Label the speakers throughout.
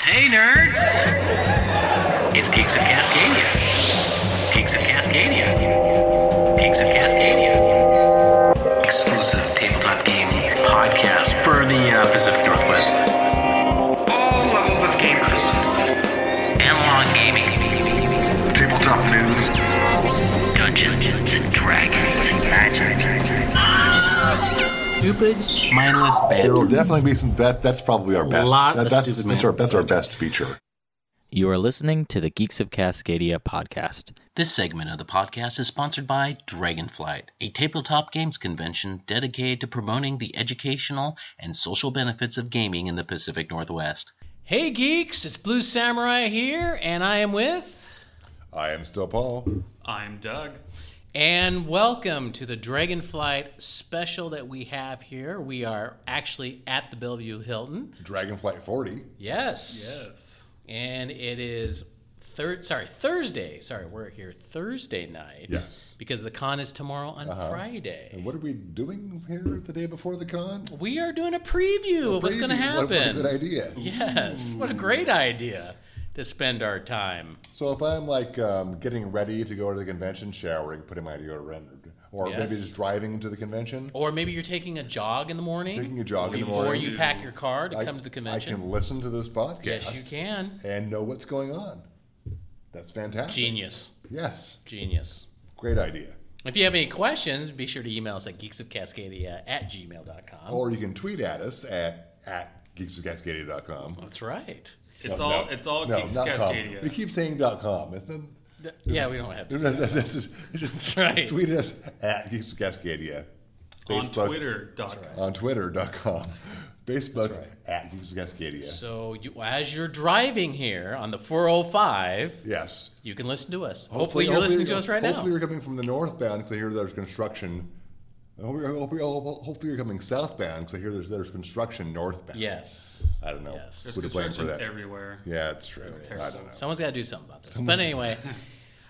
Speaker 1: Hey, nerds! It's Geeks of Cascadia. Geeks of Cascadia. Geeks of Cascadia. Exclusive tabletop game podcast for the uh, Pacific Northwest. All levels of gamers. Analog gaming.
Speaker 2: Tabletop news.
Speaker 1: Dungeons and Dragons and Magic. Stupid, mindless
Speaker 2: There will
Speaker 1: banter.
Speaker 2: definitely be some. That that's probably our best.
Speaker 1: Lot
Speaker 2: That-
Speaker 1: of
Speaker 2: that's,
Speaker 1: stupid
Speaker 2: that's
Speaker 1: man.
Speaker 2: our that's our best feature.
Speaker 3: You are listening to the Geeks of Cascadia podcast.
Speaker 1: This segment of the podcast is sponsored by Dragonflight, a tabletop games convention dedicated to promoting the educational and social benefits of gaming in the Pacific Northwest.
Speaker 4: Hey geeks, it's Blue Samurai here, and I am with,
Speaker 2: I am still Paul.
Speaker 5: I'm Doug.
Speaker 4: and welcome to the Dragonflight special that we have here. We are actually at the Bellevue Hilton.
Speaker 2: Dragonflight 40.
Speaker 4: Yes.
Speaker 5: Yes.
Speaker 4: And it is third. Sorry, Thursday. Sorry, we're here Thursday night.
Speaker 2: Yes. Uh-huh.
Speaker 4: Because the con is tomorrow on Friday.
Speaker 2: And what are we doing here the day before the con?
Speaker 4: We are doing a preview of what's going to
Speaker 2: Crazy. What-
Speaker 4: happen.
Speaker 2: What, a good idea.
Speaker 4: Yes. What a great idea to spend our time.
Speaker 2: So if I'm like um, getting ready to go to the convention, showering, putting my deodorant, or
Speaker 4: Yes.
Speaker 2: maybe just driving to the convention,
Speaker 4: Or maybe you're taking a jog in the morning.
Speaker 2: Taking a jog in the
Speaker 4: before
Speaker 2: morning.
Speaker 4: you pack your car to
Speaker 2: I,
Speaker 4: come to the
Speaker 2: I
Speaker 4: convention.
Speaker 2: can listen to this podcast
Speaker 4: yes, you can.
Speaker 2: and know what's going on. That's fantastic.
Speaker 4: Genius.
Speaker 2: Yes,
Speaker 4: Genius.
Speaker 2: great idea.
Speaker 4: If you have any questions, be sure to email us at geeksofcascadia at gmail.com.
Speaker 2: Or you can tweet at us at at geeksofcascadia.com.
Speaker 4: That's right.
Speaker 5: It's
Speaker 2: No,
Speaker 5: all
Speaker 2: no.
Speaker 5: it's all
Speaker 2: No,
Speaker 5: Geeks
Speaker 2: not com. We
Speaker 5: Cascadia.
Speaker 2: keep saying dot com. It's not.
Speaker 4: Th- yeah, we don't have to.
Speaker 2: It's just, it's just,
Speaker 4: That's right.
Speaker 2: Tweet us at Geeks of Cascadia.
Speaker 5: On
Speaker 2: Facebook-
Speaker 5: Twitter.com.
Speaker 2: On Twitter dot com. Facebook at Geeks of Cascadia.
Speaker 4: So you, as you're driving here on the 405,
Speaker 2: yes.
Speaker 4: you can listen to us. Hopefully, you're listening to us right now.
Speaker 2: Hopefully you're coming from the northbound because I hear there's construction. I hope you're- I hope you're- Hopefully you're coming southbound because I hear there's there's construction northbound.
Speaker 4: Yes.
Speaker 2: I don't know.
Speaker 4: Yes.
Speaker 5: There's
Speaker 2: Who to blame for
Speaker 5: construction
Speaker 2: that?
Speaker 5: everywhere.
Speaker 2: Yeah, it's true. I don't know.
Speaker 4: Someone's got to do something about this. But anyway,
Speaker 5: Uh,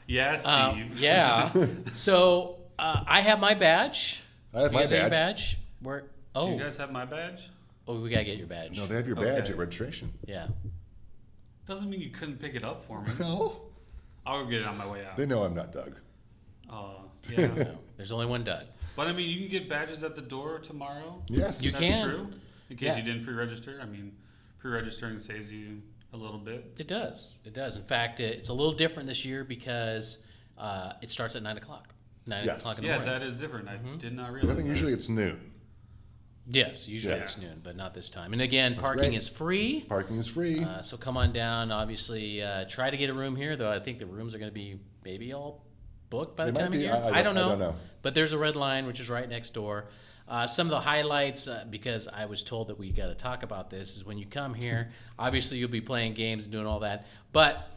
Speaker 5: Yeah, Steve.
Speaker 4: um, yeah. So uh, I have my badge.
Speaker 2: I have
Speaker 4: You
Speaker 2: my
Speaker 4: guys have your
Speaker 2: badge.
Speaker 4: badge. Where?
Speaker 5: Do
Speaker 4: Oh,
Speaker 5: you guys have my badge?
Speaker 4: oh, we gotta get your badge.
Speaker 2: No, they have your badge
Speaker 5: Okay.
Speaker 2: at registration.
Speaker 4: yeah.
Speaker 5: Doesn't mean you couldn't pick it up for me.
Speaker 2: No.
Speaker 5: I'll go get it on my way out.
Speaker 2: They know I'm not Doug.
Speaker 5: Uh, yeah.
Speaker 4: There's only one Doug.
Speaker 5: but I mean, you can get badges at the door tomorrow.
Speaker 2: Yes.
Speaker 4: You
Speaker 5: That's
Speaker 4: can.
Speaker 5: true. In case
Speaker 4: Yeah.
Speaker 5: you didn't pre-register, I mean, pre-registering saves you a little bit.
Speaker 4: It does. It does. In fact, it, it's a little different this year because uh, it starts at nine o'clock. Nine
Speaker 2: Yes.
Speaker 4: o'clock in the
Speaker 5: Yeah,
Speaker 4: morning.
Speaker 5: that is different. I did
Speaker 2: Mm-hmm.
Speaker 5: not
Speaker 2: I
Speaker 5: realize.
Speaker 2: think
Speaker 5: that.
Speaker 2: usually it's noon.
Speaker 4: yes, usually
Speaker 2: Yeah.
Speaker 4: it's noon, but not this time. And again, parking
Speaker 2: great.
Speaker 4: is free.
Speaker 2: Parking is free.
Speaker 4: Uh, so come on down. Obviously, uh, try to get a room here, though I think the rooms are going to be maybe all booked by the
Speaker 2: They
Speaker 4: time
Speaker 2: might
Speaker 4: of
Speaker 2: be.
Speaker 4: year.
Speaker 2: I- I don't- I don't know.
Speaker 4: But there's a red line, which is right next door. Uh, some of the highlights, uh, because I was told that we got to talk about this, is when you come here, obviously you'll be playing games and doing all that. But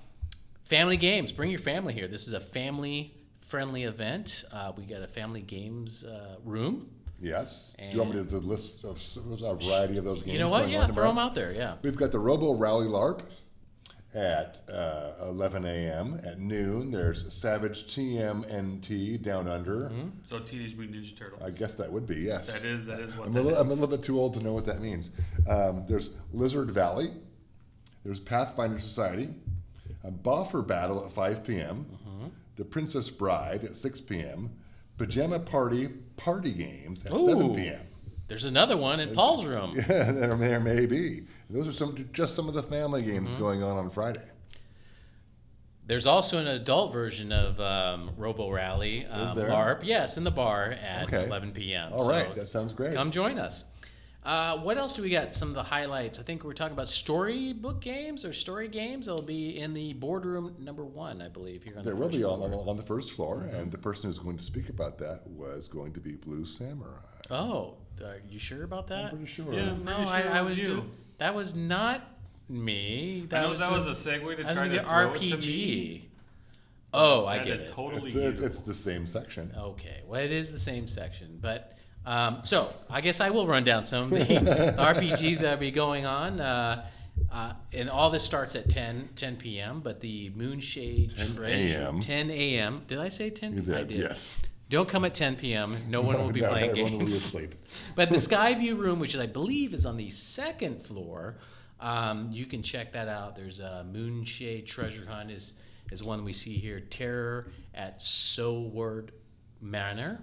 Speaker 4: family games, bring your family here. This is a family friendly event. Uh, we got a family games uh, room.
Speaker 2: yes. Do you want me to do the list of s- a variety of those games?
Speaker 4: You know what?
Speaker 2: going
Speaker 4: Yeah,
Speaker 2: on
Speaker 4: throw
Speaker 2: tomorrow?
Speaker 4: them out there. Yeah.
Speaker 2: We've got the Robo Rally LARP at uh, 11 a.m. At noon, there's Savage TMNT Down Under.
Speaker 5: So Teenage Mutant Ninja Turtles.
Speaker 2: I guess that would be, yes.
Speaker 5: Mm-hmm. that is that is what
Speaker 2: I'm,
Speaker 5: that
Speaker 2: a little,
Speaker 5: is.
Speaker 2: I'm a little bit too old to know what that means. Um, there's Lizard Valley. There's Pathfinder Society. A Boffer Battle at 5 p.m.
Speaker 4: Mm-hmm.
Speaker 2: The Princess Bride at 6 p.m. Pajama Party Party Games at 7
Speaker 4: Ooh.
Speaker 2: p.m.
Speaker 4: There's another one in Paul's room.
Speaker 2: there may or may be. Those are some just some of the family games
Speaker 4: Mm-hmm.
Speaker 2: going on on Friday.
Speaker 4: There's also an adult version of um, Robo Rally um,
Speaker 2: there?
Speaker 4: LARP. Yes, in the bar at
Speaker 2: Okay.
Speaker 4: 11 p.m.
Speaker 2: All
Speaker 4: So
Speaker 2: right, that sounds great.
Speaker 4: come join us. Uh, what else do we got? Some of the highlights. I think we're talking about storybook games or story games. They'll be in the boardroom number one, I believe. Here on
Speaker 2: there
Speaker 4: the
Speaker 2: will
Speaker 4: first Mm-hmm.
Speaker 2: be
Speaker 4: floor.
Speaker 2: on, on, on the first floor, and the person who's going to speak about that was going to be Blue Samurai.
Speaker 4: Oh, are you sure about that?
Speaker 2: Pretty sure.
Speaker 5: Yeah, I'm
Speaker 4: No,
Speaker 5: pretty
Speaker 4: I,
Speaker 5: sure
Speaker 4: I
Speaker 5: it
Speaker 4: was
Speaker 5: was you.
Speaker 4: doing- that was not me.
Speaker 5: I know that
Speaker 4: doing-
Speaker 5: was a segue to
Speaker 4: that was
Speaker 5: try
Speaker 4: the
Speaker 5: to throw it to me.
Speaker 4: RPG. Oh, I
Speaker 5: That
Speaker 4: get
Speaker 5: is
Speaker 4: it.
Speaker 5: totally
Speaker 2: It's, it's,
Speaker 5: you.
Speaker 2: it's the same section.
Speaker 4: Okay. Well, it is the same section, but um, so I guess I will run down some of the RPGs that will be going on. Uh, uh, and all this starts at 10, 10 p.m., but the Moonshade 10
Speaker 2: a.m..
Speaker 4: 10 a.m. Did I say 10?
Speaker 2: You did,
Speaker 4: I did.
Speaker 2: yes.
Speaker 4: Don't come at 10 p.m. No one will be
Speaker 2: No,
Speaker 4: playing
Speaker 2: everyone will be
Speaker 4: games.
Speaker 2: asleep.
Speaker 4: But the Skyview room, which I believe is on the second floor, Um, you can check that out. There's a Moonshade Treasure Hunt is is one we see here. Terror at Soward Manor.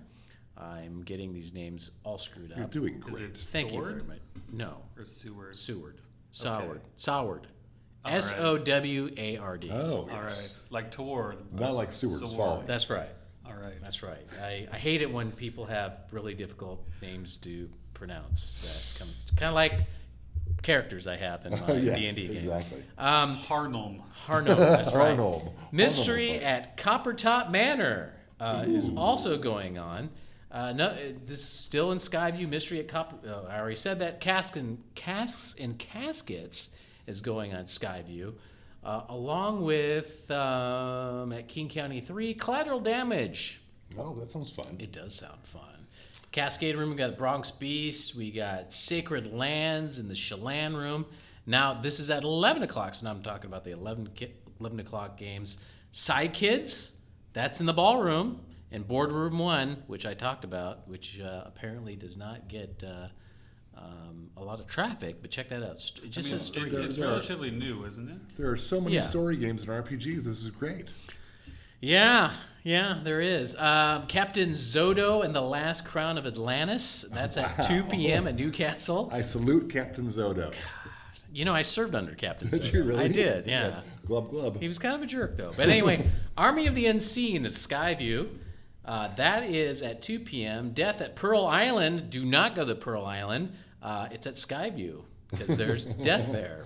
Speaker 4: I'm getting these names all screwed
Speaker 2: You're
Speaker 4: up.
Speaker 2: doing
Speaker 5: Is
Speaker 2: great.
Speaker 5: it
Speaker 4: Thank you very
Speaker 5: Sword
Speaker 4: much. No,
Speaker 5: or Seward?
Speaker 4: Seward, Soward,
Speaker 5: Okay.
Speaker 4: Soward,
Speaker 5: All right.
Speaker 4: S O W A R D.
Speaker 2: Oh, yes.
Speaker 5: All right, like toward.
Speaker 2: Not like Seward's
Speaker 5: Sword.
Speaker 2: Folly.
Speaker 4: That's right.
Speaker 5: All right.
Speaker 4: That's right. I, I hate it when people have really difficult names to pronounce. That come kind of like characters I have in my
Speaker 2: Yes,
Speaker 4: D and D game.
Speaker 2: exactly.
Speaker 4: Um,
Speaker 5: Harnum.
Speaker 4: Harnob. That's right.
Speaker 2: Arnold. Arnold
Speaker 4: Mystery
Speaker 2: was like-
Speaker 4: at Coppertop Manor uh, is also going on. Uh, no, uh, this is still in Skyview. Mystery at Copper. Oh, I already said that. Casks and Casks and Caskets is going on Skyview, uh, along with um, at King County Three. Collateral Damage.
Speaker 2: Oh, that sounds fun.
Speaker 4: It does sound fun. Cascade Room. We got Bronx Beast. We got Sacred Lands in the Chelan Room. Now this is at eleven o'clock. So now I'm talking about the 11, ki- 11 o'clock games. Side Kids. That's in the ballroom and Boardroom One, which I talked about, which uh, apparently does not get. Uh, um, a lot of traffic, but check that out. St- It just says
Speaker 5: It-
Speaker 4: story.
Speaker 5: it's
Speaker 2: there.
Speaker 5: relatively new, isn't it?
Speaker 2: There are so many
Speaker 4: Yeah.
Speaker 2: story games and RPGs. This is great.
Speaker 4: Yeah, yeah, there is. Um, Captain Zodo and the Last Crown of Atlantis. That's at 2 p.m. at Newcastle.
Speaker 2: I salute Captain Zodo.
Speaker 4: You know, I served under Captain
Speaker 2: Did
Speaker 4: Zodo.
Speaker 2: you really?
Speaker 4: I did, yeah.
Speaker 2: Glub glub.
Speaker 4: He was kind of a jerk, though. But anyway, Army of the Unseen at Skyview. Uh, that is at 2 p.m. Death at Pearl Island. Do not go to Pearl Island. Uh, it's at Skyview because there's death there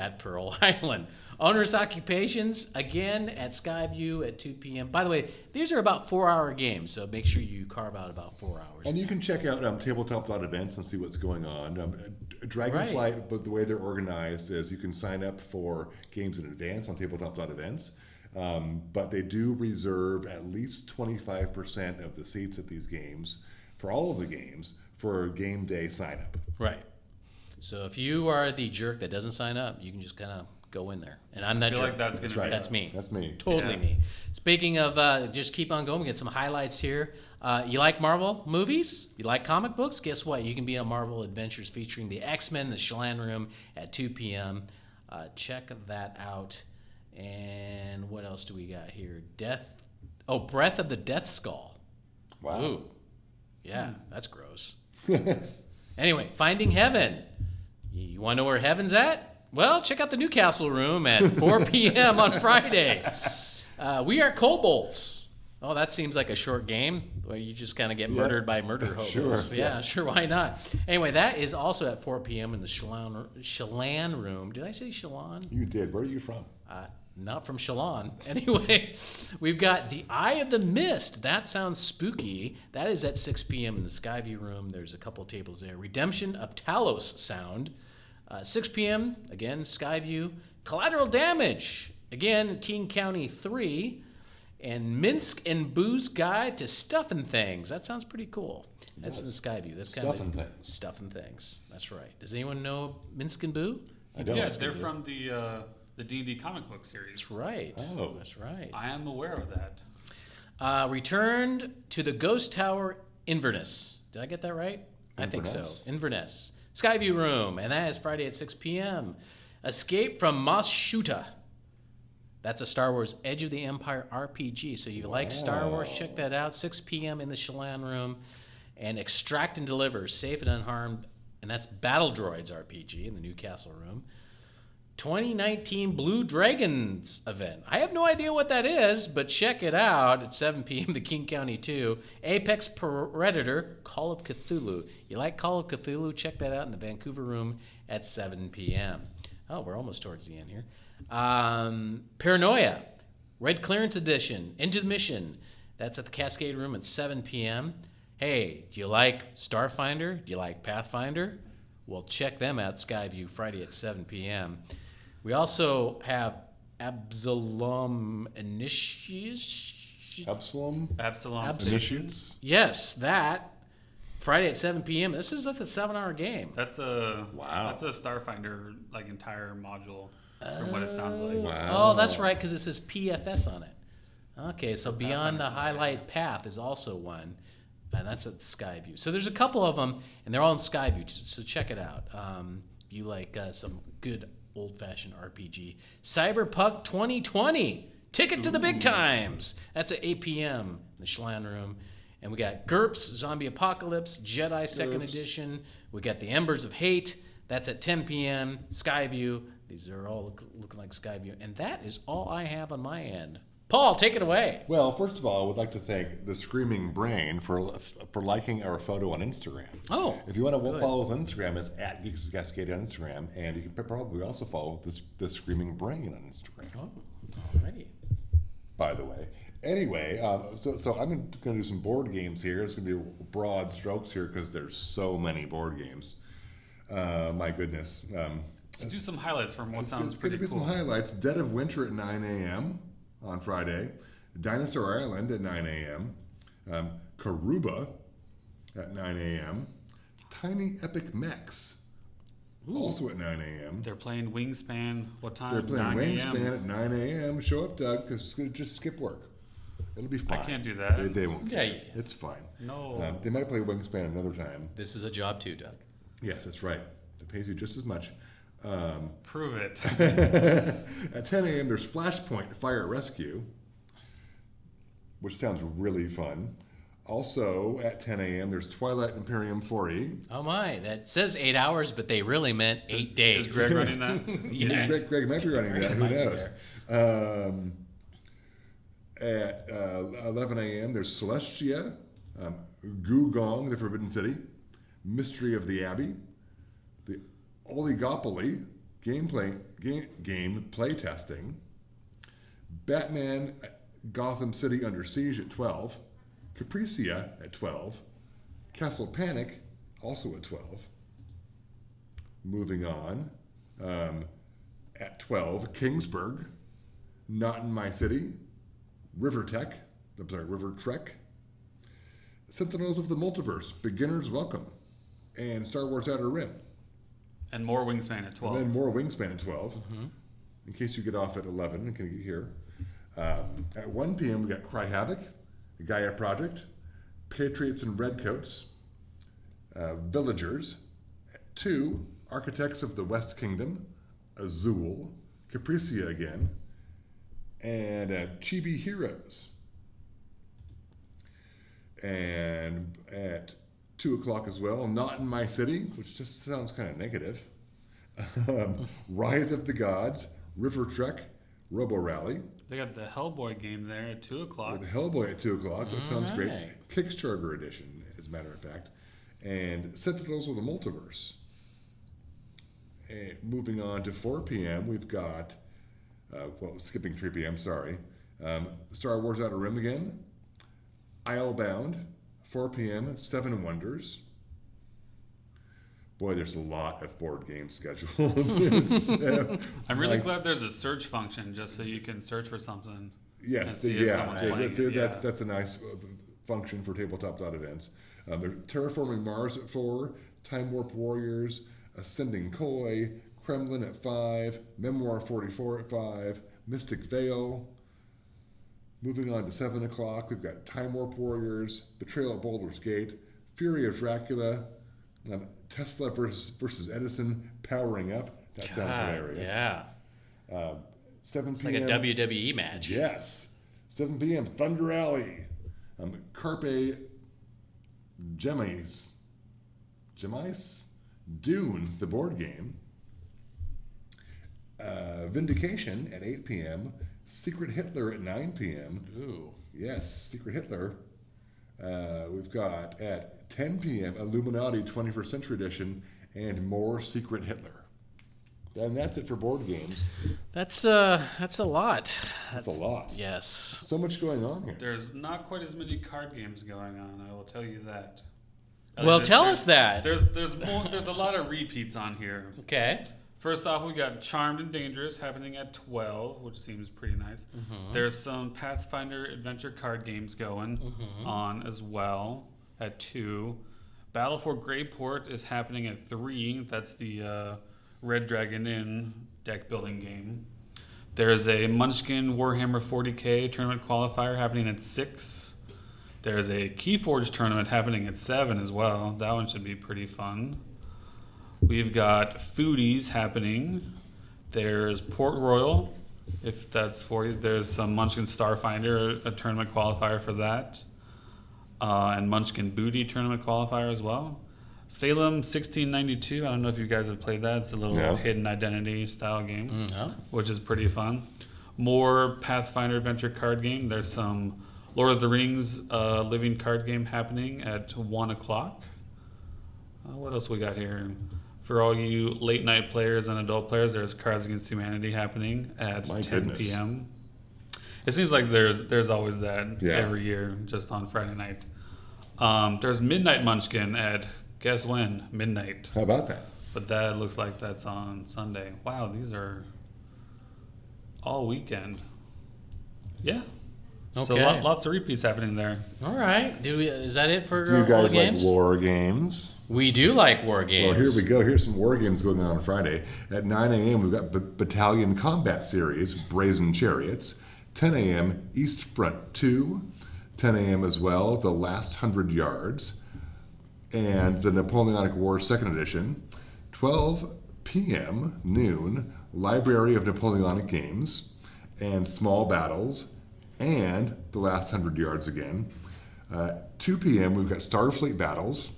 Speaker 4: at Pearl Island. Onerous Occupations, again at Skyview at 2 p.m. By the way, these are about four hour games, so make sure you carve out about four hours.
Speaker 2: And you can check out um, tabletop.events and see what's going on. Um, Dragonflight,
Speaker 4: Right.
Speaker 2: but the way they're organized is you can sign up for games in advance on tabletop.events. Um, but they do reserve at least 25% of the seats at these games for all of the games for game day sign up.
Speaker 4: Right. So if you are the jerk that doesn't sign up, you can just kind of go in there. And I'm that
Speaker 5: I feel
Speaker 4: jerk.
Speaker 5: like that's gonna
Speaker 2: right.
Speaker 5: be
Speaker 4: That's
Speaker 5: us.
Speaker 4: me.
Speaker 2: That's me.
Speaker 4: Totally
Speaker 5: Yeah.
Speaker 4: me. Speaking of, uh, just keep on going. We get some highlights here. Uh, you like Marvel movies? You like comic books? Guess what? You can be on Marvel Adventures featuring the X Men, the Chelan Room at 2 p.m. Uh, check that out. And what else do we got here? Death. Oh, Breath of the Death Skull.
Speaker 2: Wow.
Speaker 4: Ooh. Yeah, that's gross. anyway, Finding Heaven. You, want to know where heaven's at? Well, check out the Newcastle room at 4 p.m. on Friday. Uh, we are Cobolts. Oh, that seems like a short game where you just kind of get murdered by murder hobos.
Speaker 2: Sure,
Speaker 4: Yeah, sure, why not? Anyway, that is also at 4 p.m. in the Chelan, Chelan room. Did I say Chelan?
Speaker 2: You did. Where are you from?
Speaker 4: Uh, not from Shalon. Anyway, we've got The Eye of the Mist. That sounds spooky. That is at 6 p.m. in the Skyview Room. There's a couple tables there. Redemption of Talos Sound. Uh, 6 p.m. Again, Skyview. Collateral Damage. Again, King County 3. And Minsk and Booze Guide to Stuffin' Things. That sounds pretty cool. That's in the Skyview. That's kind
Speaker 2: Stuffin'
Speaker 4: of
Speaker 2: Things.
Speaker 4: Stuffin' Things. That's right. Does anyone know Minsk and Boo?
Speaker 2: I don't.
Speaker 5: yeah, they're from the uh, the D and D comic book series.
Speaker 4: That's right.
Speaker 2: Oh.
Speaker 4: That's right.
Speaker 5: I am aware of that.
Speaker 4: Uh, returned to the Ghost Tower Inverness. Did I get that right? I think
Speaker 2: Inverness?
Speaker 4: so. Inverness. Skyview Room, and that is Friday at 6 p.m. Escape from Mos Shuta. That's a Star Wars Edge of the Empire RPG. So you like Star Wars, check that out. 6 p.m. in the Chelan Room. And Extract and Deliver, Safe and Unharmed. And that's Battle Droids RPG in the Newcastle Room. 2019 Blue Dragons event. I have no idea what that is, but check it out at 7 p.m. The King County 2. Apex Predator, Call of Cthulhu. You like Call of Cthulhu? Check that out in the Vancouver room at 7 p.m. Oh, we're almost towards the end here. Um, Paranoia, Red Clearance Edition, Into the Mission. That's at the Cascade Room at 7 p.m. Hey, do you like Starfinder? Do you like Pathfinder? Well, check them out, Skyview, Friday at 7 p.m. We also have Absalom Initiates.
Speaker 2: Absalom?
Speaker 5: Absalom.
Speaker 4: Abs-
Speaker 2: Initiates?
Speaker 4: Yes, that Friday at 7 p.m. This is that's a seven-hour game.
Speaker 5: That's a
Speaker 2: Wow.
Speaker 5: That's a Starfinder like entire module from what it sounds like.
Speaker 2: Wow.
Speaker 4: Oh, that's right, because it says PFS on it. Okay, so Beyond the Highlight Path is also one, and that's at Skyview. So there's a couple of them, and they're all in Skyview, so check it out. Um, if you like uh, some good old fashioned RPG. Cyberpunk 2020. Ticket to the big times. That's at 8 p.m. in the Schlein Room. And we got GURPS, Zombie Apocalypse, Jedi Second Edition. We got The Embers of Hate. That's at 10 p.m. Skyview. These are all look, looking like Skyview. And that is all I have on my end. Paul, take it away.
Speaker 2: Well, first of all, I would like to thank the Screaming Brain for for liking our photo on Instagram.
Speaker 4: Oh,
Speaker 2: If you want to follow us on Instagram, it's at Geeks of Cascade on Instagram, and you can probably also follow the, the Screaming Brain on Instagram.
Speaker 4: oh alrighty.
Speaker 2: by the way. Anyway, um, so, so I'm going to do some board games here. It's going to be broad strokes here because there's so many board games. Uh, my goodness. Um,
Speaker 5: Let's do some highlights from what sounds
Speaker 2: it's going
Speaker 5: pretty
Speaker 2: to be
Speaker 5: cool.
Speaker 2: some highlights. Dead of Winter at 9 a.m. on Friday. Dinosaur Island at 9 a.m. Um, Karuba at 9 a.m. Tiny Epic Mechs also at 9 a.m.
Speaker 5: They're playing Wingspan. What time?
Speaker 2: They're playing
Speaker 5: 9 a.m.
Speaker 2: Wingspan at 9 a.m. Show up, Doug, because just skip work. It'll be fine.
Speaker 5: can't do that.
Speaker 2: They, they won't.
Speaker 4: Yeah,
Speaker 2: care.
Speaker 4: you
Speaker 2: It's fine.
Speaker 5: No.
Speaker 2: Um, they might play Wingspan another time.
Speaker 4: This is a job too, Doug.
Speaker 2: Yes, that's right. It pays you just as much. Um,
Speaker 5: Prove it.
Speaker 2: at 10 a.m., there's Flashpoint Fire Rescue, which sounds really fun. Also, at 10 a.m., there's Twilight Imperium E, 4E.
Speaker 4: Oh my, that says eight hours, but they really meant eight days.
Speaker 5: Is Greg running that?
Speaker 4: Yeah.
Speaker 2: Greg, Greg might be running that. Who
Speaker 4: might be
Speaker 2: knows? Um, at uh, 11 a.m., there's Celestia, um, Gugong, the Forbidden City, Mystery of the Abbey, the Oligopoly, gameplay game, game play testing, Batman, uh, Gotham City Under Siege at 12, Capricia at 12, Castle Panic also at 12. Moving on. Um, at 12, Kingsburg, Not in My City, River Tech, I'm sorry, River Trek, Sentinels of the Multiverse, Beginners Welcome, and Star Wars Outer Rim.
Speaker 5: And more Wingspan
Speaker 2: And
Speaker 5: at
Speaker 2: then
Speaker 5: 12.
Speaker 2: more Wingspan at 12, in case you get off at 11 and can get here. Um, at 1 p.m., we got Cry Havoc, the Gaia Project, Patriots and Redcoats, uh, Villagers, at 2, Architects of the West Kingdom, Azul, Capricia again, and uh, Chibi Heroes. And at 2 o'clock as well, Not in My City, which just sounds kind of negative. Um, Rise of the Gods, River Trek, Robo Rally,
Speaker 5: They got the Hellboy game there at 2 o'clock.
Speaker 2: with Hellboy at 2 o'clock. That sounds great.
Speaker 4: Alright.
Speaker 2: Kickstarter edition, as a matter of fact. And Sentinels of the Multiverse. Eh, moving on to 4 p.m., we've got, uh, well, skipping 3 p.m., sorry. Um, Star Wars Outer Rim again. Islebound, 4 p.m., Seven Wonders. Boy, there's a lot of board games scheduled. So,
Speaker 5: I'm really
Speaker 2: like-
Speaker 5: glad there's a search function just so you can search for something.
Speaker 2: Yes,
Speaker 5: and
Speaker 2: the-
Speaker 5: see if
Speaker 2: yeah,
Speaker 5: someone's
Speaker 2: there's-
Speaker 5: playing
Speaker 2: that's,
Speaker 5: it,
Speaker 2: that's,
Speaker 5: yeah.
Speaker 2: that's a nice uh, function for tabletop.events. Um, there's Terraforming Mars at 4, Time Warp Warriors, Ascending Koi, Kremlin at 5, Memoir 44 at 5, Mystic Veil. Moving on to 7 o'clock, we've got Time Warp Warriors, Betrayal at Boulder's Gate, Fury of Dracula, um, Tesla versus, versus Edison, Powering Up. That sounds
Speaker 4: God,
Speaker 2: hilarious.
Speaker 4: Ah, Yeah.
Speaker 2: 7
Speaker 4: It's like a WWE match.
Speaker 2: Yes. 7 p.m. Thunder Alley. Um, Carpe Gemis. Gemis? Dune, the board game. Uh, Vindication at 8 p.m. Secret Hitler at 9 p.m.
Speaker 4: Ooh.
Speaker 2: Yes, Secret Hitler. Uh, we've got at 10 p.m. Illuminati 21st Century Edition and more Secret Hitler. And that's it for board games.
Speaker 4: That's uh that's a lot.
Speaker 2: That's a lot.
Speaker 4: Yes.
Speaker 2: So much going on here.
Speaker 5: There's not quite as many card games going on, I will tell you that.
Speaker 4: Well,
Speaker 5: There's-
Speaker 4: tell us that.
Speaker 5: There's there's more, there's a lot of repeats on here.
Speaker 4: Okay.
Speaker 5: First off, we got Charmed and Dangerous happening at 12, which seems pretty nice. There's some Pathfinder adventure card games going on as well at 2. Battle for Greyport is happening at 3. That's the uh, Red Dragon Inn deck building game. There's a Munchkin Warhammer 40k tournament qualifier happening at 6. There's a Keyforge tournament happening at 7 as well. That one should be pretty fun. We've got foodies happening. There's Port Royal, if that's for you. There's some Munchkin Starfinder, a tournament qualifier for that, uh, and Munchkin Booty tournament qualifier as well. Salem 1692. I don't know if you guys have played that. It's a little
Speaker 2: No.
Speaker 5: hidden identity style game
Speaker 4: No.
Speaker 5: which is pretty fun. More Pathfinder Adventure card game. There's some Lord of the Rings uh, living card game happening at 1 o'clock. Uh, what else we got here? For all you late night players and adult players, there's Cards Against Humanity happening at
Speaker 2: My
Speaker 5: 10
Speaker 2: goodness.
Speaker 5: p.m. It seems like there's there's always that
Speaker 2: Yeah.
Speaker 5: every year, just on Friday night. Um, there's Midnight Munchkin at guess when? Midnight.
Speaker 2: How about that?
Speaker 5: But that looks like that's on Sunday. Wow, these are all weekend. Yeah. So
Speaker 4: Okay.
Speaker 5: lot, lots of repeats happening there.
Speaker 4: All right. Do we, is that it for
Speaker 2: Do you
Speaker 4: uh, all the
Speaker 2: guys like
Speaker 4: games?
Speaker 2: war games?
Speaker 4: we do like war games.
Speaker 2: Well, Oh, here we go. Here's some war games going on on Friday. At 9 a.m., we've got B- Battalion Combat Series, Brazen Chariots. 10 a.m., East Front 2. 10 a.m. as well, The Last Hundred Yards. And the Napoleonic War Second Edition. 12 p.m., noon, Library of Napoleonic Games and Small Battles and The Last Hundred Yards again. Uh, 2 p.m., we've got Starfleet Battles.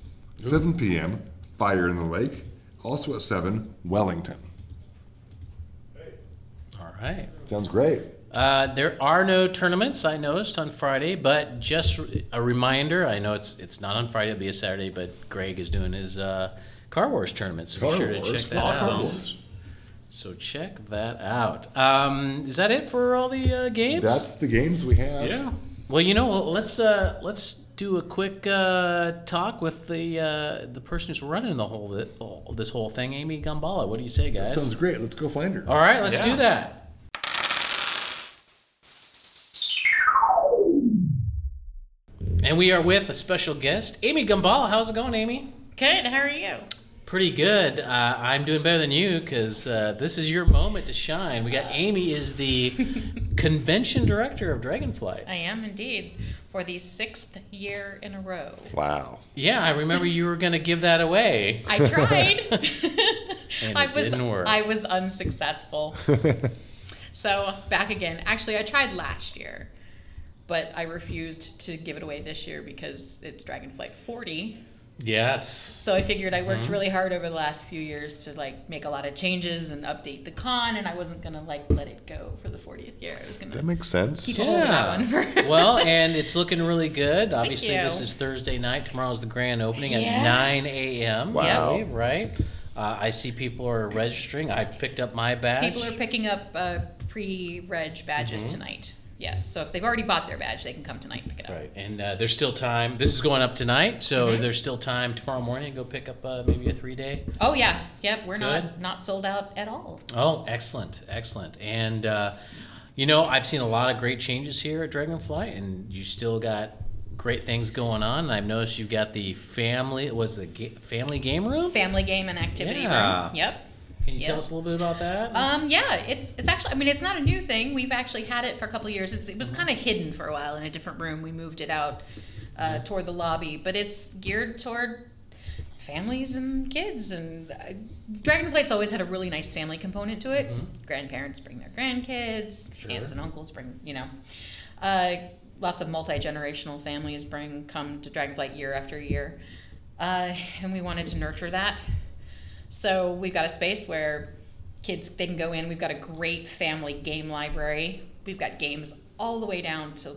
Speaker 2: 7 p.m., Fire in the Lake. Also at 7, Wellington.
Speaker 4: All right.
Speaker 2: Sounds great.
Speaker 4: Uh, there are no tournaments I noticed on Friday, but just a reminder. I know it's it's not on Friday; it'll be a Saturday. But Greg is doing his uh, Car Wars tournament, so be
Speaker 2: Star
Speaker 4: sure to
Speaker 2: Wars,
Speaker 4: check that
Speaker 2: Star
Speaker 4: out.
Speaker 2: Wars.
Speaker 4: So check that out. Um, is that it for all the uh, games?
Speaker 2: That's the games we have.
Speaker 5: Yeah.
Speaker 4: Well, you know, let's uh, let's do a quick uh, talk with the uh, the person who's running the whole thi- all- this whole thing, Amy Gambala. What do you say, guys?
Speaker 2: Sounds great. Let's go find her.
Speaker 4: all right, let's
Speaker 5: Yeah.
Speaker 4: do that. And we are with a special guest, Amy Gambala. How's it going, Amy?
Speaker 6: Good. How are you?
Speaker 4: Pretty good. Uh, I'm doing better than you because uh, this is your moment to shine. We got
Speaker 6: Uh.
Speaker 4: Amy is the convention director of Dragonflight.
Speaker 6: I am indeed for the sixth year in a row.
Speaker 2: Wow.
Speaker 4: Yeah, I remember you were going to give that away.
Speaker 6: I tried.
Speaker 4: And
Speaker 6: I
Speaker 4: it
Speaker 6: was
Speaker 4: didn't work.
Speaker 6: I was unsuccessful. so back again. Actually, I tried last year, but I refused to give it away this year because it's Dragonflight 40.
Speaker 4: Yes.
Speaker 6: So I figured I
Speaker 4: Mm-hmm.
Speaker 6: worked really hard over the last few years to like make a lot of changes and update the con, and I wasn't gonna like let it go for the 40th year. I was gonna
Speaker 2: That makes sense.
Speaker 6: keep hold of that one for.
Speaker 4: well, and it's looking really good. Obviously, this
Speaker 6: you.
Speaker 4: is Thursday night. Tomorrow's the grand opening at
Speaker 6: Yeah.
Speaker 4: 9 a.m. I
Speaker 2: Wow.
Speaker 4: believe, right? Uh, I see people are registering. I picked up my badge. Mm-hmm.
Speaker 6: People are picking up uh, pre-reg badges tonight. Yes, so if they've already bought their badge, they can come tonight and pick it up.
Speaker 4: Right, and uh, there's still time. This is going up tonight, so
Speaker 6: Mm-hmm.
Speaker 4: there's still time tomorrow morning to go pick up uh, maybe a three day.
Speaker 6: Oh yeah, yep. We're not
Speaker 4: Good.
Speaker 6: not sold out at all.
Speaker 4: Oh, excellent, excellent. And uh, you know, I've seen a lot of great changes here at Dragonfly, and you still got great things going on. And I've noticed you've got the family. it Was the ga- family game room?
Speaker 6: Family game and activity
Speaker 4: Yeah.
Speaker 6: room. Yep.
Speaker 4: Can you
Speaker 6: yeah.
Speaker 4: tell us a little bit about that?
Speaker 6: Um, yeah, it's it's actually. I mean, it's not a new thing. We've actually had it for a couple of years. It's, it was kind of hidden for a while in a different room. We moved it out uh, toward the lobby, but it's geared toward families and kids. And uh, Dragonflight's always had a really nice family component to it. Grandparents bring their grandkids. Aunts and uncles bring. You know, uh, lots of multi generational families bring come to Dragonflight year after year, uh, and we wanted to nurture that. So we've got a space where kids they can go in. We've got a great family game library. We've got games all the way down to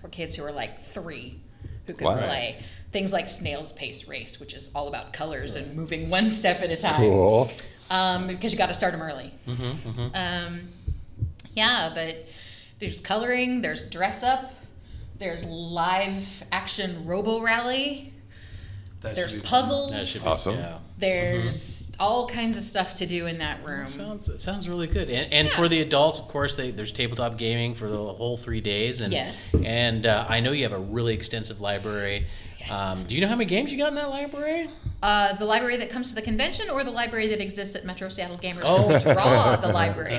Speaker 6: for kids who are like three who can
Speaker 2: Wow.
Speaker 6: play things like Snail's Pace Race, which is all about colors and moving one step at a time
Speaker 2: Cool.
Speaker 6: um, because you got to start them early.
Speaker 5: Mm-hmm,
Speaker 6: Um, yeah, but there's coloring, there's dress up, there's live action robo rally,
Speaker 5: That
Speaker 6: there's
Speaker 5: should be-
Speaker 6: puzzles,
Speaker 4: That should
Speaker 2: Awesome.
Speaker 4: Yeah.
Speaker 6: there's
Speaker 4: Mm-hmm.
Speaker 6: all kinds of stuff to do in that room.
Speaker 4: Sounds it sounds really good, and, and for
Speaker 6: Yeah.
Speaker 4: the adults, of course, they, there's tabletop gaming for the whole three days, and
Speaker 6: Yes.
Speaker 4: and uh, I know you have a really extensive library.
Speaker 6: Yes.
Speaker 4: Um, do you know how many games you got in that library?
Speaker 6: Uh, the library that comes to the convention or the library that exists at Metro Seattle Gamers
Speaker 4: Oh.
Speaker 6: where we draw the library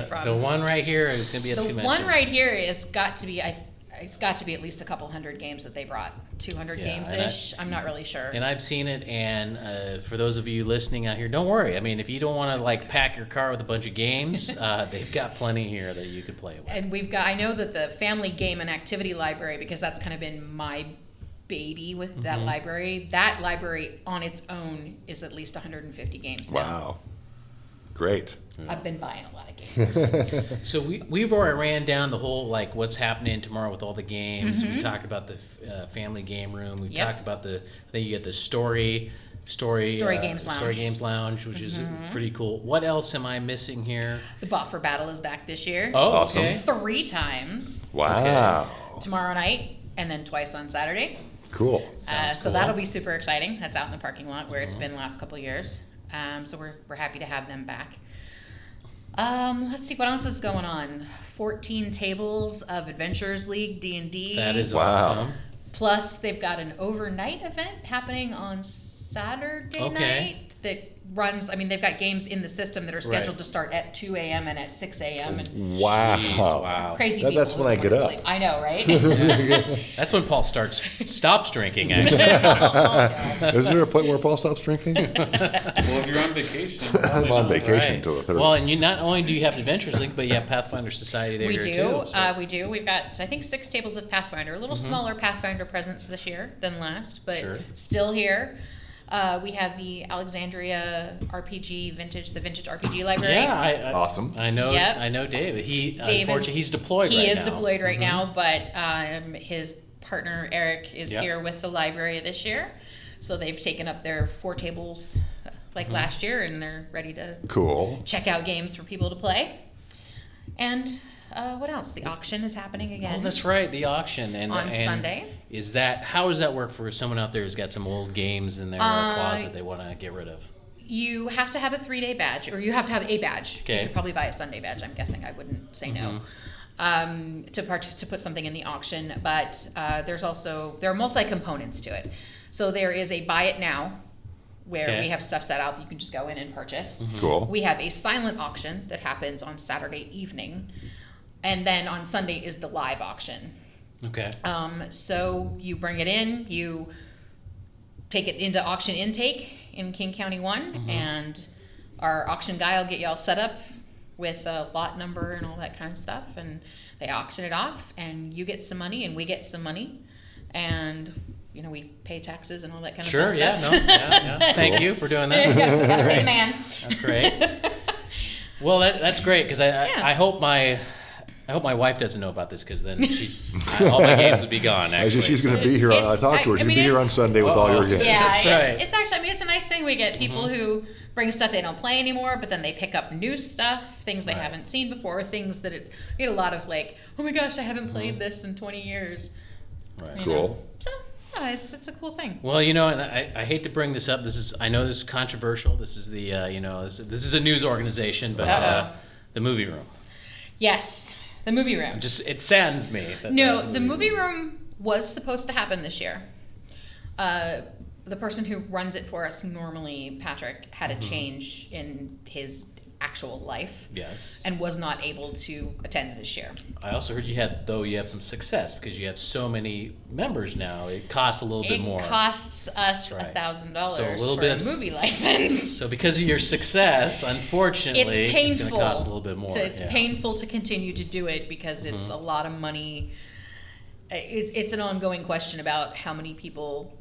Speaker 4: The-
Speaker 6: from.
Speaker 4: The one right here is going to be at the,
Speaker 6: The
Speaker 4: convention.
Speaker 6: one right here is got to be I it's got to be at least a couple hundred games that they brought. 200
Speaker 4: Yeah,
Speaker 6: games
Speaker 4: and I-
Speaker 6: ish. I'm not really sure.
Speaker 4: And I've seen it. And uh, for those of you listening out here, don't worry. I mean, if you don't want to like pack your car with a bunch of games, uh, they've got plenty here that you could play with.
Speaker 6: and we've got I know that the family game and activity library because that's kind of been my baby with
Speaker 4: Mm-hmm.
Speaker 6: that library. That library on its own is at least 150 games now.
Speaker 2: Wow. Great.
Speaker 6: I've been buying a lot of games.
Speaker 4: So we we've already ran down the whole like what's happening tomorrow with all the games. We talked about the f- uh, family game room. We've
Speaker 6: Mm-hmm. Yep.
Speaker 4: talked about the I think you get the story story uh,
Speaker 6: Story Games
Speaker 4: story
Speaker 6: Lounge. Mm-hmm.
Speaker 4: games lounge, which is pretty cool. What else am I missing here?
Speaker 6: the Bot for Battle is back this year.
Speaker 4: Oh,
Speaker 2: Awesome.
Speaker 4: okay.
Speaker 6: Three times
Speaker 2: Wow.
Speaker 6: tomorrow night and then twice on Saturday.
Speaker 2: Cool.
Speaker 6: Uh, so
Speaker 4: cool.
Speaker 6: that'll be super exciting. That's out in the parking lot where it's been last couple years. Um, so we're, we're happy to have them back. Um, let's see what else is going on. 14 tables of Adventures League D&D.
Speaker 4: That is
Speaker 2: Wow.
Speaker 4: awesome.
Speaker 6: Plus, they've got an overnight event happening on Saturday
Speaker 4: Okay.
Speaker 6: night that runs. I mean, they've got games in the system that are scheduled to start at 2 a.m. and at 6 a.m. and
Speaker 4: Mm.
Speaker 2: Wow.
Speaker 6: crazy.
Speaker 2: That-
Speaker 6: people
Speaker 2: that's
Speaker 6: who
Speaker 2: when I
Speaker 6: don't
Speaker 2: get
Speaker 6: wanna
Speaker 2: up.
Speaker 6: sleep. I know, right?
Speaker 4: That's when Paul starts stops drinking. Actually,
Speaker 6: Oh,
Speaker 2: Is there a point where Paul stops drinking?
Speaker 5: Well, if you're on vacation,
Speaker 2: I'm
Speaker 5: probably
Speaker 2: on
Speaker 5: not.
Speaker 2: vacation
Speaker 4: Right.
Speaker 2: till the third.
Speaker 4: Well, and you not only do you have Adventures Link, but you have Pathfinder Society there
Speaker 6: we do.
Speaker 4: too. so- Mm-hmm.
Speaker 6: uh, we do. We've got I think six tables of Pathfinder. A little smaller Pathfinder presence this year than last, but
Speaker 4: Sure.
Speaker 6: still here. Uh, we have the Alexandria RPG Vintage, the Vintage RPG Library.
Speaker 4: yeah, I, I,
Speaker 2: awesome.
Speaker 4: I know.
Speaker 6: Yep.
Speaker 4: I know Dave. He
Speaker 6: Dave is-
Speaker 4: unfortunately he's deployed.
Speaker 6: He
Speaker 4: right
Speaker 6: is
Speaker 4: now. Mm-hmm.
Speaker 6: deployed right now, but um, his partner Eric is
Speaker 4: Yep.
Speaker 6: here with the library this year, so they've taken up their four tables uh, like
Speaker 4: Mm-hmm.
Speaker 6: last year, and they're ready to
Speaker 2: Cool.
Speaker 6: check out games for people to play. And uh, what else? The auction is happening again.
Speaker 4: Oh, that's right. The auction and
Speaker 6: On
Speaker 4: and
Speaker 6: Sunday.
Speaker 4: Is that how does that work for someone out there who's got some old games in their uh,
Speaker 6: Uh,
Speaker 4: closet they want to get rid of?
Speaker 6: You have to have a three day badge, or you have to have a badge.
Speaker 4: Okay. Mm-hmm.
Speaker 6: You could probably buy a Sunday badge. I'm guessing I wouldn't say no. Um, to part to put something in the auction, but uh, there's also there are multi components to it. So there is a buy it now, where
Speaker 4: Okay. Mm-hmm.
Speaker 6: we have stuff set out that you can just go in and purchase.
Speaker 2: Cool.
Speaker 6: We have a silent auction that happens on Saturday evening, and then on Sunday is the live auction.
Speaker 4: Okay.
Speaker 6: Um, so you bring it in, you take it into auction intake in King County One,
Speaker 4: Mm-hmm.
Speaker 6: and our auction guy will get you all set up with a lot number and all that kind of stuff, and they auction it off, and you get some money, and we get some money, and you know we pay taxes and all that kind of
Speaker 4: Sure.
Speaker 6: fun
Speaker 4: Yeah. No.
Speaker 6: stuff.
Speaker 4: Yeah, yeah. Thank you for doing that.
Speaker 6: yeah, gotta pay the man.
Speaker 4: That's great. Well, that, that's great because I,
Speaker 6: Yeah.
Speaker 4: I I hope my. I hope my wife doesn't know about this because then she, all my games would be gone. Actually,
Speaker 2: Actually, she's going
Speaker 4: so-
Speaker 2: to be here. I
Speaker 6: It's-
Speaker 2: talked to her.
Speaker 6: I- I
Speaker 2: She'll
Speaker 6: mean,
Speaker 2: be here on
Speaker 6: it's-
Speaker 2: Sunday with all your
Speaker 4: Uh-oh.
Speaker 2: games.
Speaker 6: Yeah,
Speaker 4: That's
Speaker 6: it's-
Speaker 4: right. Mm-hmm.
Speaker 6: It's, actually, I mean, it's a nice thing. We get people who bring stuff they don't play anymore, but then they pick up new stuff, things they
Speaker 4: Right.
Speaker 6: haven't seen before, things that it, we get a lot of like, oh my gosh, I
Speaker 4: Mm-hmm.
Speaker 6: haven't played this in 20 years.
Speaker 4: Right.
Speaker 6: you know?
Speaker 2: Cool.
Speaker 6: So, yeah, it's, it's a cool thing.
Speaker 4: Well, you know, and I, I hate to bring this up. This is I know this is controversial. This is the uh, you know this, this is a news organization, but uh,
Speaker 6: Uh-oh.
Speaker 4: the movie room
Speaker 6: Yes, the movie room.
Speaker 4: just it saddens me. That
Speaker 6: No, the movie room was supposed to happen this year. Uh, the person who runs it for us normally, Patrick, had a
Speaker 4: Mm-hmm.
Speaker 6: change in his actual life
Speaker 4: Yes,
Speaker 6: and was not able to attend this year.
Speaker 4: I also heard you had though you have some success because you have so many members now. It costs a little bit
Speaker 6: it
Speaker 4: more.
Speaker 6: costs us
Speaker 4: That's right.
Speaker 6: a thousand
Speaker 4: So a
Speaker 6: dollars
Speaker 4: little
Speaker 6: for
Speaker 4: bit
Speaker 6: a
Speaker 4: of-
Speaker 6: movie license.
Speaker 4: so because of your success, unfortunately,
Speaker 6: It's painful.
Speaker 4: going to cost a little bit more.
Speaker 6: So it's
Speaker 4: yeah. Mm-hmm.
Speaker 6: painful to continue to do it because it's a lot of money. Uh, It, it's an ongoing question about how many people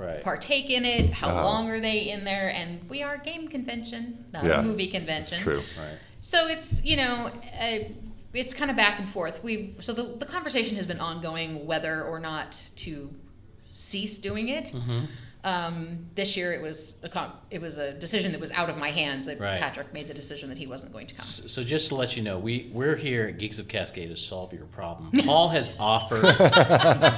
Speaker 4: Right.
Speaker 6: partake in it, how
Speaker 2: Uh-huh.
Speaker 6: long are they in there, and we are a game convention, not
Speaker 2: Yeah,
Speaker 6: a movie convention.
Speaker 2: True.
Speaker 4: Right.
Speaker 6: So it's you know, uh, it's kind of back and forth. We so the the conversation has been ongoing whether or not to cease doing it.
Speaker 2: Mm-hmm.
Speaker 6: Um, this year it was a con- it was a decision that was out of my hands. That
Speaker 4: Right.
Speaker 6: Patrick made the decision that he wasn't going to come.
Speaker 4: So so just to let you know, we we're here at Geeks of Cascade to solve your problem. Paul has offered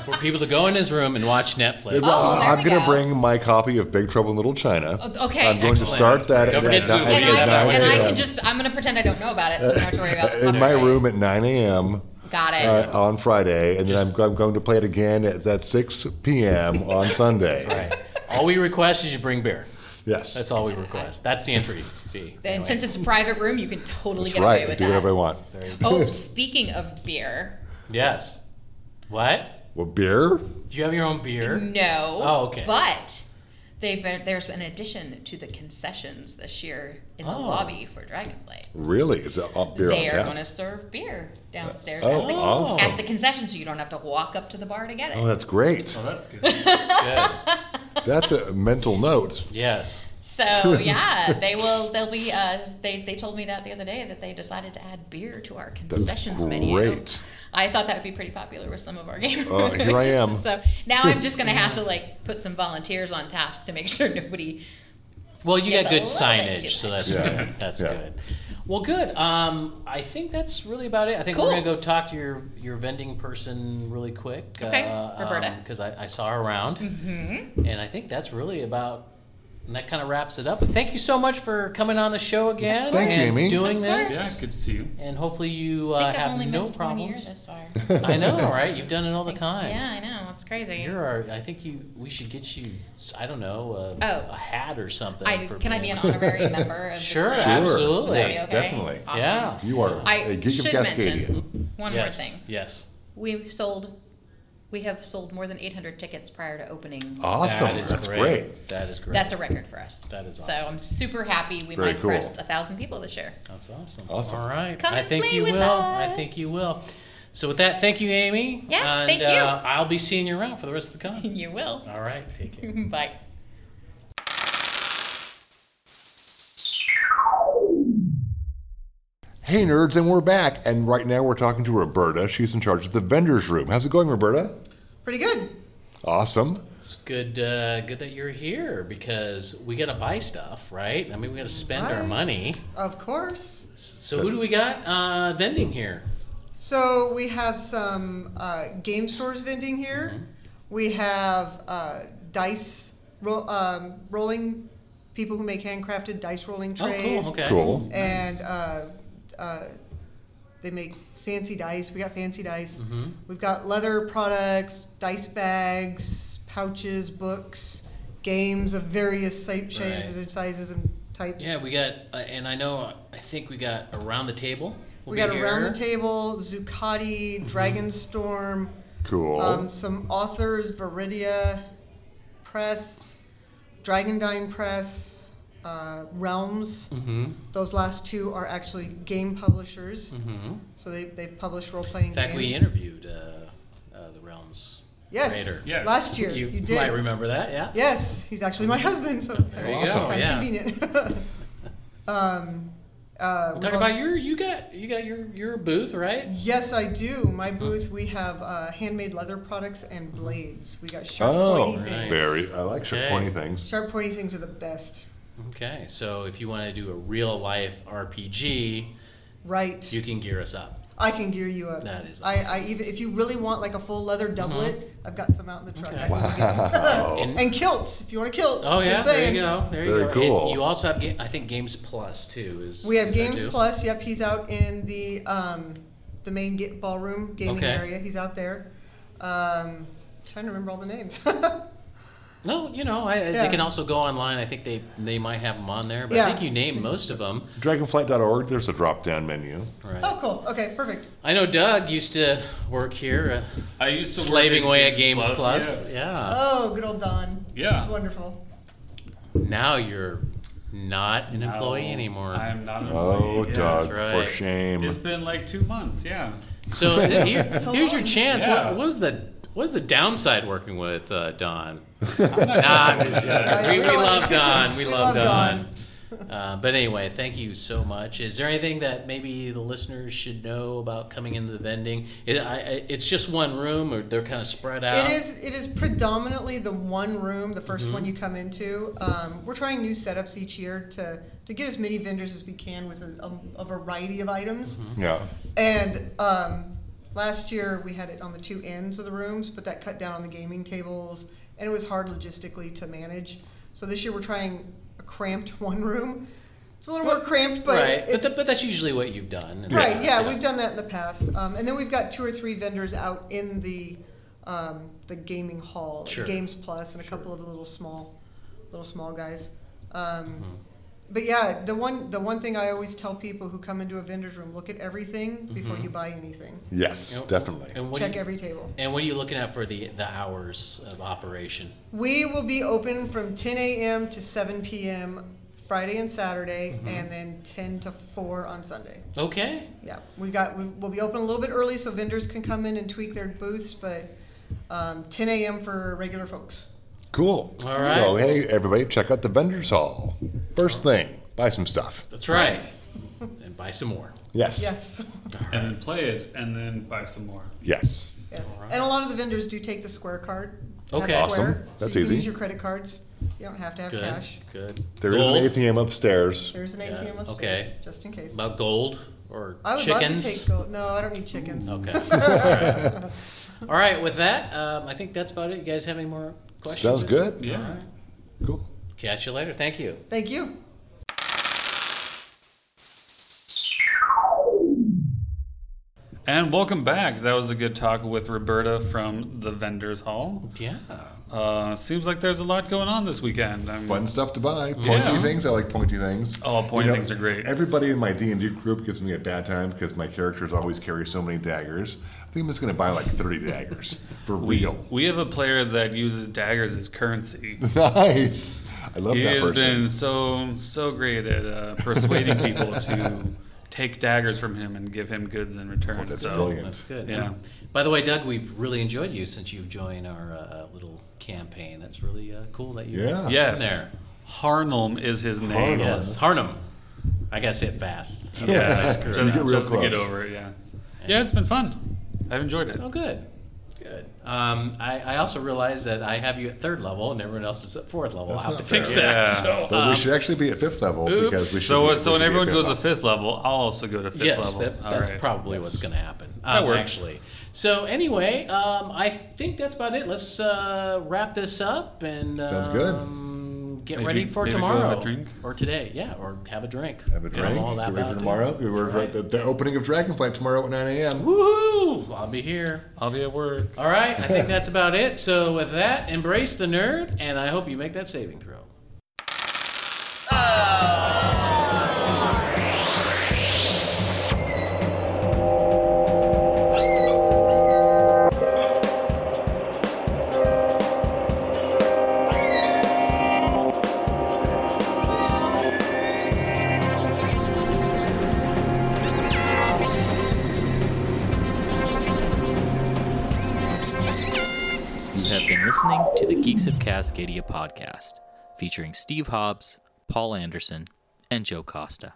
Speaker 4: for people to go in his room and watch Netflix.
Speaker 6: Oh, there
Speaker 2: I'm
Speaker 6: we
Speaker 2: going to
Speaker 6: go.
Speaker 2: bring my copy of Big Trouble in Little China.
Speaker 6: O- okay,
Speaker 2: I'm going
Speaker 6: excellent.
Speaker 2: to start that at,
Speaker 4: Don't forget
Speaker 2: at,
Speaker 4: to-
Speaker 2: nine-
Speaker 4: I
Speaker 6: And
Speaker 4: did
Speaker 6: I,
Speaker 2: at
Speaker 4: that
Speaker 6: can,
Speaker 4: one
Speaker 6: and
Speaker 2: 9
Speaker 6: I
Speaker 2: a.m.
Speaker 6: can just I'm gonna pretend I don't know about it, so I don't have to worry about
Speaker 2: in my
Speaker 6: copyright.
Speaker 2: room at 9 a.m.
Speaker 6: Got it.
Speaker 2: Uh, on Friday, and then I'm, I'm going to play it again at, at 6 p.m. on Sunday.
Speaker 4: Right. All we request is you bring beer.
Speaker 2: Yes,
Speaker 4: That's all we request. That's the entry fee.
Speaker 6: and since it's a private room, you can totally
Speaker 2: That's
Speaker 6: get
Speaker 2: right.
Speaker 6: away with
Speaker 2: do whatever I
Speaker 6: that.
Speaker 2: want.
Speaker 6: Oh, speaking of beer,
Speaker 4: yes. What?
Speaker 2: Well, beer?
Speaker 4: Do you have your own beer?
Speaker 6: No.
Speaker 4: Oh, okay.
Speaker 6: But they've been, there's been an addition to the concessions this year in the
Speaker 4: Oh.
Speaker 6: lobby for Dragonflight.
Speaker 2: Really? Is it all beer
Speaker 6: they
Speaker 2: on
Speaker 6: are
Speaker 2: tap?
Speaker 6: going to serve beer downstairs
Speaker 2: Oh,
Speaker 6: at, the,
Speaker 2: awesome.
Speaker 6: at the concession, so you don't have to walk up to the bar to get it.
Speaker 2: Oh, that's great.
Speaker 5: Oh, that's good.
Speaker 4: Good.
Speaker 2: That's a mental note.
Speaker 4: Yes.
Speaker 6: So yeah, they will. They'll be. Uh, they they told me that the other day that they decided to add beer to our concessions menu.
Speaker 2: great.
Speaker 6: I thought that would be pretty popular with some of our gamers.
Speaker 2: Oh, here I am.
Speaker 6: so now I'm just gonna have to like put some volunteers on task to make sure nobody.
Speaker 4: Well, you
Speaker 6: It's
Speaker 4: got
Speaker 6: a
Speaker 4: good
Speaker 6: little bit too
Speaker 4: signage, so
Speaker 6: much.
Speaker 4: that's
Speaker 2: Yeah.
Speaker 4: good. That's
Speaker 2: Yeah.
Speaker 4: good. Well, good. Um, I think that's really about it. I think
Speaker 6: Cool.
Speaker 4: we're gonna go talk to your your vending person really quick.
Speaker 6: Okay, Roberta. Mm-hmm.
Speaker 4: because I, I saw her around, and I think that's really about. And that kind of wraps it up. But thank you so much for coming on the show again
Speaker 2: Thank you,
Speaker 4: and
Speaker 2: Amy.
Speaker 4: doing
Speaker 6: Of
Speaker 4: this.
Speaker 6: course.
Speaker 5: yeah, good to see you.
Speaker 4: And hopefully you uh,
Speaker 6: I think I've
Speaker 4: have
Speaker 6: only
Speaker 4: no
Speaker 6: missed one year
Speaker 4: problems.
Speaker 6: this far.
Speaker 4: I know, right? You've done it all the time.
Speaker 6: Yeah, I know. It's crazy.
Speaker 4: You're our. I think you. We should get you. I don't know. A,
Speaker 6: Oh.
Speaker 4: a hat or something.
Speaker 6: I,
Speaker 4: for
Speaker 6: can I be
Speaker 4: being
Speaker 6: an
Speaker 4: on.
Speaker 6: honorary member? Of the-
Speaker 4: Sure,
Speaker 2: Sure.
Speaker 4: absolutely.
Speaker 6: That'd be
Speaker 2: Yes,
Speaker 6: okay?
Speaker 2: definitely.
Speaker 6: Awesome.
Speaker 4: Yeah.
Speaker 2: You are
Speaker 6: I
Speaker 2: a geek of
Speaker 6: should
Speaker 2: Cascadia.
Speaker 6: mention one
Speaker 4: yes.
Speaker 6: more thing.
Speaker 4: Yes.
Speaker 6: We sold. We have sold more than 800 tickets prior to opening.
Speaker 2: Awesome.
Speaker 4: That is
Speaker 2: That's
Speaker 4: great.
Speaker 2: great.
Speaker 4: That is great.
Speaker 6: That's a record for us.
Speaker 4: That is
Speaker 6: So
Speaker 4: awesome.
Speaker 6: I'm super happy we
Speaker 2: Very
Speaker 6: might
Speaker 2: cool.
Speaker 6: crest a thousand people this year.
Speaker 4: That's awesome.
Speaker 2: Awesome.
Speaker 4: All right.
Speaker 6: Come
Speaker 4: I
Speaker 6: and
Speaker 4: think
Speaker 6: play
Speaker 4: you
Speaker 6: with
Speaker 4: will. I
Speaker 6: us.
Speaker 4: think you will. So with that, thank you, Amy.
Speaker 6: Yeah,
Speaker 4: and,
Speaker 6: thank you.
Speaker 4: Uh, I'll be seeing you around for the rest of the con.
Speaker 6: You will.
Speaker 4: All right. Take care.
Speaker 6: Bye.
Speaker 2: Hey, nerds, and we're back. And right now we're talking to Roberta. She's in charge of the vendor's room. How's it going, Roberta?
Speaker 7: Pretty good.
Speaker 2: Awesome.
Speaker 4: It's good. Uh, good that you're here because we got to buy stuff, right? I mean, we got to spend our
Speaker 7: Right.
Speaker 4: money.
Speaker 7: Of course.
Speaker 4: So who do we got uh, vending here?
Speaker 7: So we have some uh, game stores vending here.
Speaker 4: Mm-hmm.
Speaker 7: We have uh, dice ro- um, rolling, people who make handcrafted dice rolling
Speaker 4: Oh,
Speaker 7: trays.
Speaker 4: cool. Okay.
Speaker 2: Cool.
Speaker 7: And uh, uh, they make fancy dice. We got fancy dice.
Speaker 4: Mm-hmm.
Speaker 7: We've got leather products, dice bags, pouches, books, games of various sa- shapes
Speaker 4: Right.
Speaker 7: and sizes and types.
Speaker 4: Yeah, we got, uh, and I know, I think we got around the table. will
Speaker 7: We
Speaker 4: be
Speaker 7: got Around the
Speaker 4: here. Mm-hmm.
Speaker 7: Table, Zuccotti, Dragonstorm,
Speaker 2: Cool.
Speaker 7: um, some authors, Viridia Press, Dragondine Press, uh, Realms.
Speaker 4: Mm-hmm.
Speaker 7: Those last two are actually game publishers.
Speaker 4: Mm-hmm.
Speaker 7: So they, they've published role playing
Speaker 4: In fact,
Speaker 7: games.
Speaker 4: we interviewed uh, uh, the realms.
Speaker 7: yes,
Speaker 4: Raider.
Speaker 5: Yes.
Speaker 7: last year.
Speaker 4: You,
Speaker 7: You, did.
Speaker 4: might remember that, yeah.
Speaker 7: Yes, he's actually my husband, so it's kind
Speaker 4: There
Speaker 7: of,
Speaker 4: you go,
Speaker 7: kind of
Speaker 4: yeah.
Speaker 7: convenient. um, uh,
Speaker 4: I'm
Speaker 7: we've
Speaker 4: talking about
Speaker 7: also-
Speaker 4: your, you got, you got your your booth, right?
Speaker 7: Yes, I do. My booth, we have uh, handmade leather products and blades. We got sharp
Speaker 2: oh,
Speaker 7: pointy things.
Speaker 2: very. I like sharp
Speaker 4: Okay.
Speaker 2: pointy things.
Speaker 7: Sharp pointy things are the best.
Speaker 4: Okay, so if you want to do a real life RPG,
Speaker 7: Right.
Speaker 4: you can gear us up.
Speaker 7: I can gear you up.
Speaker 4: That is Uh-huh.
Speaker 7: I, I even if you really want like a full leather doublet, I've got some out in the truck.
Speaker 4: Okay.
Speaker 7: I can get-
Speaker 2: Wow.
Speaker 4: And-
Speaker 7: and kilts if you want a kilt.
Speaker 4: Oh
Speaker 7: just
Speaker 4: yeah, there
Speaker 7: saying.
Speaker 4: you go. There you
Speaker 2: Very
Speaker 4: go. And
Speaker 2: cool.
Speaker 4: you also have, ga- I think Games Plus too is.
Speaker 7: We have
Speaker 4: is there
Speaker 7: Games
Speaker 4: too?
Speaker 7: Plus. Yep, he's out in the um, the main ga- ballroom gaming
Speaker 4: Okay.
Speaker 7: area. He's out there. Um, trying to remember all the names.
Speaker 4: No, you know, I, I- they
Speaker 7: Yeah.
Speaker 4: can also go online. I think they they might have them on there, but I
Speaker 7: Yeah.
Speaker 4: think you name most of them.
Speaker 2: Dragonflight.org, there's a drop down menu.
Speaker 4: Right.
Speaker 7: oh, cool. Okay, perfect.
Speaker 4: I know Doug used to work here, uh,
Speaker 5: I used to work
Speaker 4: slaving
Speaker 5: in
Speaker 4: away at Games Plus.
Speaker 5: yes.
Speaker 4: Yeah.
Speaker 7: Oh, good old Don.
Speaker 5: Yeah.
Speaker 7: He's wonderful.
Speaker 4: Now you're not an employee
Speaker 5: No,
Speaker 4: anymore.
Speaker 5: I'm not an employee.
Speaker 2: Oh,
Speaker 5: yes.
Speaker 2: Doug,
Speaker 4: right.
Speaker 2: for shame.
Speaker 5: It's been like two months. Yeah.
Speaker 4: So th- here- here's your
Speaker 7: long.
Speaker 4: chance.
Speaker 5: Yeah.
Speaker 4: What, what was the what was the downside working with uh, Don?
Speaker 5: I'm
Speaker 4: Nah, I'm just
Speaker 5: Yeah.
Speaker 4: joking. We, we love Don. We
Speaker 7: We
Speaker 4: love
Speaker 7: love
Speaker 4: Don. Uh, but anyway, thank you so much. Is there anything that maybe the listeners should know about coming into the vending? It, I, I- it's just one room, or they're kind of spread out.
Speaker 7: It is. It is predominantly the one room, the 1st
Speaker 4: Mm-hmm.
Speaker 7: one you come into. Um, we're trying new setups each year to to get as many vendors as we can with a, a, a variety of items.
Speaker 4: Mm-hmm.
Speaker 2: yeah.
Speaker 7: And um, last year we had it on the two ends of the rooms, but that cut down on the gaming tables, and it was hard logistically to manage. So this year we're trying a cramped one room. It's a little more cramped, but
Speaker 4: right, but,
Speaker 7: it's,
Speaker 4: th- but that's usually what you've done.
Speaker 7: Right, yeah, we've done that in the past. Um, and then we've got two or three vendors out in the, um, the gaming hall, like
Speaker 4: Sure. Mm-hmm.
Speaker 7: Games Plus, and a couple of little small, little small guys. Um, but yeah, the one the one thing I always tell people who come into a vendor's room: look at everything before you buy anything.
Speaker 2: Yes,
Speaker 4: Yep.
Speaker 2: definitely.
Speaker 4: And Mm-hmm. what
Speaker 7: Check
Speaker 4: do you,
Speaker 7: every table.
Speaker 4: And what are you looking at for the the hours of operation?
Speaker 7: We will be open from 10 a.m. to 7 p.m. Friday and Saturday,
Speaker 4: Mm-hmm.
Speaker 7: and then 10 to 4 on Sunday.
Speaker 4: Okay.
Speaker 7: Yeah, we got we, we'll be open a little bit early so vendors can come in and tweak their booths, but um, 10 a.m. for regular folks.
Speaker 2: Cool.
Speaker 4: All right.
Speaker 2: So hey, everybody, check out the vendors hall. First thing, buy some stuff.
Speaker 4: That's right. and buy some more.
Speaker 2: Yes.
Speaker 7: Yes,
Speaker 5: and then play it, and then buy some more.
Speaker 2: Yes.
Speaker 7: yes, and a lot of the vendors do take the square card. Have
Speaker 4: Okay. Awesome.
Speaker 7: Square, so
Speaker 2: That's
Speaker 7: you
Speaker 2: easy.
Speaker 7: Can use your credit cards. You don't have to have
Speaker 4: Good.
Speaker 7: cash.
Speaker 4: Good.
Speaker 2: There is
Speaker 4: Gold?
Speaker 2: an ATM upstairs.
Speaker 7: There's an
Speaker 4: Yeah,
Speaker 7: ATM upstairs,
Speaker 4: okay.
Speaker 7: just in case.
Speaker 4: About gold or
Speaker 7: I would
Speaker 4: chickens? Mm,
Speaker 7: love to take gold. No, I don't need chickens.
Speaker 4: Okay. All right. All right. With that, um, I think that's about it. You guys have any more questions?
Speaker 2: Sounds good.
Speaker 5: Yeah.
Speaker 2: Cool.
Speaker 4: Catch you later. Thank you.
Speaker 7: Thank you.
Speaker 5: And welcome back. That was a good talk with Roberta from the Vendors Hall.
Speaker 4: Yeah.
Speaker 5: Uh, seems like there's a lot going on this weekend. I'm,
Speaker 2: Fun stuff to buy. Pointy
Speaker 5: Yeah.
Speaker 2: things. I like pointy things.
Speaker 5: Oh, pointy things are great.
Speaker 2: Everybody in my D and D group gives me a bad time because my characters always carry so many daggers. I think I'm just gonna buy like 30 daggers for real.
Speaker 5: We have a player that uses daggers as currency.
Speaker 2: nice. I love
Speaker 5: He
Speaker 2: that
Speaker 5: has
Speaker 2: person.
Speaker 5: been so so great at uh, persuading people to take daggers from him and give him goods in return.
Speaker 2: That's
Speaker 5: so,
Speaker 2: brilliant.
Speaker 4: That's good.
Speaker 5: Yeah.
Speaker 4: By the way, Doug, we've really enjoyed you since you've joined our uh, little campaign. That's really uh, cool that you.
Speaker 2: Yeah.
Speaker 5: Yes.
Speaker 4: There.
Speaker 5: Harnum is his name.
Speaker 2: Harnum.
Speaker 4: Yes. Harnum. I gotta say it fast.
Speaker 5: Yeah,
Speaker 4: I screwed
Speaker 5: just,
Speaker 4: it
Speaker 2: get
Speaker 4: up.
Speaker 2: real
Speaker 5: just to get
Speaker 2: close.
Speaker 5: over it. Yeah, yeah, it's been fun. I've enjoyed it.
Speaker 4: Oh, good. Good. Um, I, I also realized that I have you at third level and everyone else is at fourth level.
Speaker 2: That's
Speaker 4: I'll have to
Speaker 2: not
Speaker 4: fix
Speaker 5: fair.
Speaker 4: that.
Speaker 5: Yeah.
Speaker 4: So, um,
Speaker 2: But we should actually be at fifth level because we should.
Speaker 5: Um, So
Speaker 2: be- we
Speaker 5: uh, so when
Speaker 2: should be at
Speaker 5: everyone
Speaker 2: fifth
Speaker 5: goes
Speaker 2: level.
Speaker 5: to fifth level, I'll also go to fifth
Speaker 4: yes,
Speaker 5: level.
Speaker 4: that,
Speaker 5: All
Speaker 4: that's
Speaker 5: right.
Speaker 4: probably what's going to happen. Um,
Speaker 5: That works.
Speaker 4: Actually. So anyway, um, I think that's about it. Let's uh, wrap this up and um,
Speaker 2: Sounds good.
Speaker 4: Get
Speaker 5: Maybe-
Speaker 4: ready for
Speaker 5: maybe go have
Speaker 4: tomorrow.
Speaker 5: a drink?
Speaker 4: or today, yeah, or have a drink.
Speaker 2: Have a
Speaker 4: Get 'em
Speaker 2: drink.
Speaker 4: all
Speaker 2: Get
Speaker 4: that
Speaker 2: ready for
Speaker 4: out.
Speaker 2: tomorrow. We were at the, the opening of Dragonflight tomorrow at 9 a.m.
Speaker 4: Woohoo! I'll be here.
Speaker 5: I'll be at work.
Speaker 4: All right, I think that's about it. So with that, embrace the nerd, and I hope you make that saving throw.
Speaker 3: You have been listening to the Geeks of Cascadia podcast, featuring Steve Hobbs, Paul Anderson, and Joe Costa.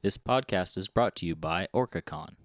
Speaker 3: This podcast is brought to you by OrcaCon.